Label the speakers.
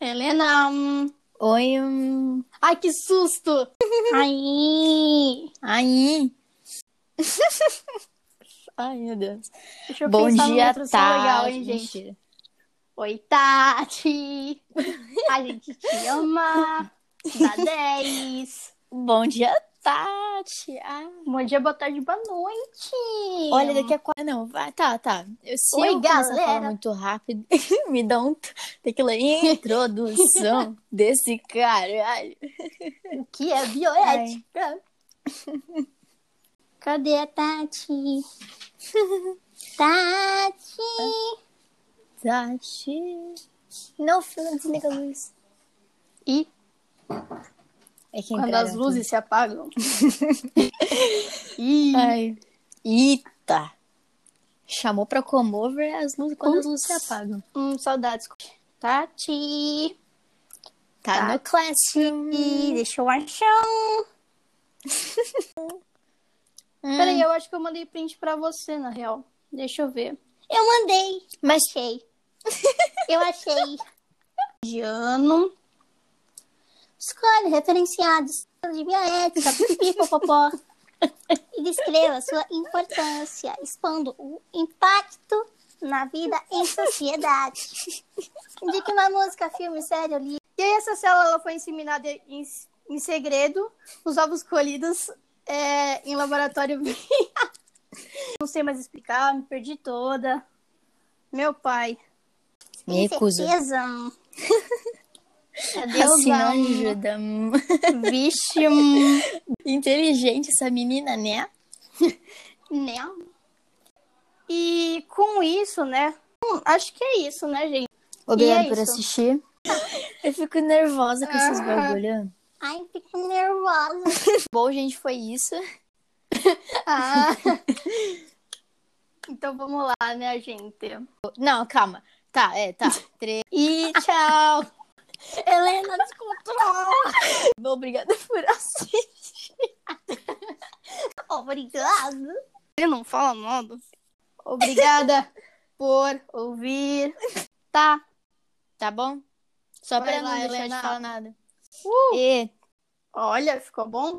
Speaker 1: Helena. hum.
Speaker 2: Oi. hum.
Speaker 1: Ai, que susto! Ai!
Speaker 2: Aí. Ai, meu Deus.
Speaker 1: Deixa eu
Speaker 2: Bom
Speaker 1: pensar numa
Speaker 2: dia,
Speaker 1: introdução
Speaker 2: tá.
Speaker 1: legal, hein, gente? Oi, Tati! A gente te ama! Dá 10!
Speaker 2: Bom dia, Tati. Ah,
Speaker 1: Bom dia, boa tarde, boa noite!
Speaker 2: olha, daqui a quatro. Não, vai. Tá, tá. Eu, se
Speaker 1: Oi,
Speaker 2: eu começar a falar
Speaker 1: galera.
Speaker 2: muito rápido, me dá um. t- Tem que ler introdução desse caralho.
Speaker 1: O que é Violeta? Cadê a Tati? Tati!
Speaker 2: Tati. Não, filho, desliga a luz.
Speaker 1: E
Speaker 2: É que
Speaker 1: quando
Speaker 2: entraram
Speaker 1: as luzes se apagam. Ih,
Speaker 2: tudo. Ai. Eita. Chamou pra comover as luzes quando as luzes se
Speaker 1: Ups.
Speaker 2: apagam.
Speaker 1: hum, saudades. Tati!
Speaker 2: Tá, no classroom.
Speaker 1: Ih, deixa eu achar. um.
Speaker 2: Hum,
Speaker 1: Peraí, eu acho que eu mandei print pra você, na real. Deixa eu ver. Eu mandei!
Speaker 2: Mas
Speaker 1: Achei. Eu achei. De ano. Escolhe referenciados de bioética, pipi, popopó. E descreva sua importância, expondo o impacto na vida em sociedade. Indique uma música, filme, série, livro. E aí essa célula foi inseminada em, em segredo, os ovos colhidos é, em laboratório. Não sei mais explicar, me perdi toda. Meu pai.
Speaker 2: me recuso.
Speaker 1: certeza? É
Speaker 2: Assim não
Speaker 1: Adeus,
Speaker 2: ajuda.
Speaker 1: Vixe, hum,
Speaker 2: Inteligente essa menina, né?
Speaker 1: né? E com isso, né? Hum, acho que é isso, né, gente?
Speaker 2: Obrigada
Speaker 1: E é
Speaker 2: por
Speaker 1: isso.
Speaker 2: assistir. Ah. Eu fico nervosa com esses
Speaker 1: Aham.
Speaker 2: bagulho.
Speaker 1: Ai, fico nervosa.
Speaker 2: Bom, gente, foi isso.
Speaker 1: Ah. então vamos lá, né, gente?
Speaker 2: Não, calma. Tá, é, tá. Três.
Speaker 1: E tchau. Helena, descontrola.
Speaker 2: Obrigada por assistir.
Speaker 1: Obrigada. Ele não fala modo. Obrigada por ouvir. Tá.
Speaker 2: Tá bom? Só
Speaker 1: Vai
Speaker 2: pra
Speaker 1: lá,
Speaker 2: não deixar
Speaker 1: Helena.
Speaker 2: de falar nada.
Speaker 1: Uh.
Speaker 2: E
Speaker 1: Olha, ficou bom?